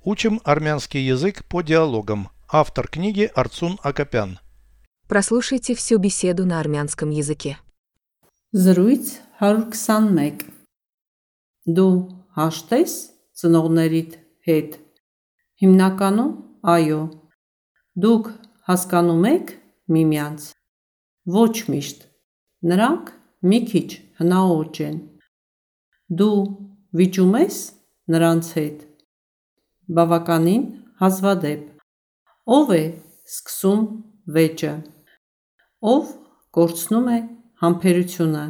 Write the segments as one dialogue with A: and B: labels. A: Учим армянский язык по диалогам. Автор книги Арцун Акопян.
B: Прослушайте всю беседу на армянском языке.
C: Զրույց 121 Դու հաշտ ես ծնողներիդ հետ։ Հիմնականում այո։ Դուք հասկանում եք միմյանց։ Ոչ միշտ։ Նրանք մի քիչ հնաոճ են։ Դու վիճում ես նրանց հետ։ Բավականին հազվադեպ։ Ով է սկսում վեճը։ Ով կորցնում է համբերությունը։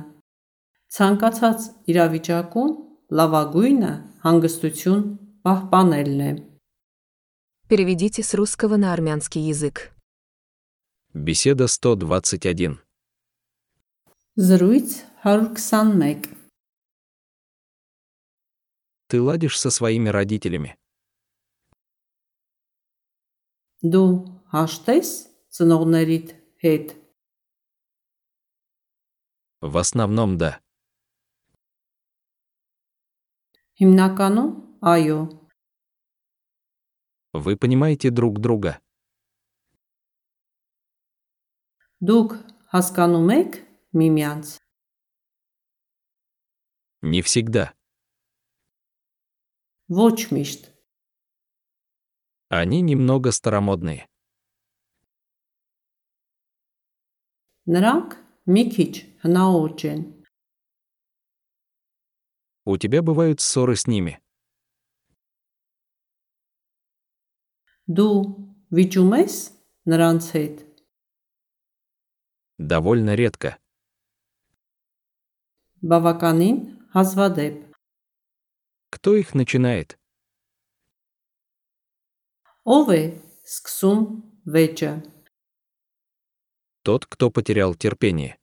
C: Ցանկացած իրավիճակում լավագույնը հանգստություն պահպանելն է։
B: Переведите с русского на армянский язык.
D: Беседа 121.
C: Զրույց 121
D: Ты ладишь со своими родителями.
C: Դու հաշտ ես ծնողներիդ հետ։
D: В основном да.
C: Հիմնականում այո։
D: Вы понимаете друг друга.
C: Դուք հասկանում եք միմյանց։
D: Не всегда.
C: Ոչ միշտ։
D: Они немного старомодные.
C: Նրանք մի քիչ հնաոճ են։
D: У тебя бывают ссоры с ними.
C: Դու վիճում ես նրանց հետ։
D: Довольно редко.
C: Բավականին հազվադեպ։
D: Кто их начинает?
C: Ով է սկսում վեճը։
D: Тот, кто потерял терпение.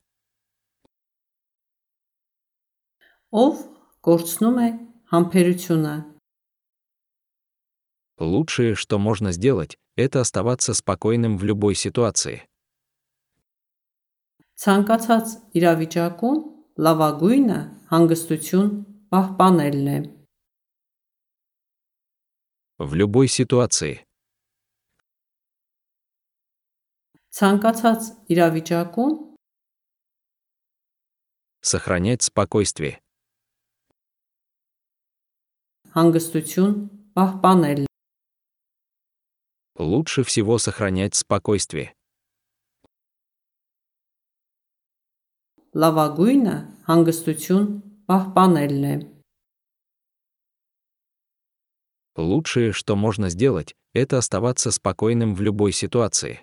C: Ով կորցնում է համբերությունը։
D: Лучшее, что можно сделать, это оставаться спокойным в любой ситуации.
C: Ցանկացած իրավիճակում լավագույնը հանգստություն պահպանելն է։
D: В любой ситуации.
C: Ցանկացած իրավիճակում
D: Сохранять спокойствие.
C: հանգստություն պահպանելն է։
D: Лучше всего сохранять спокойствие.
C: Լավագույնը հանգստություն պահպանելն է։
D: Лучшее, что можно сделать, это оставаться спокойным в любой ситуации.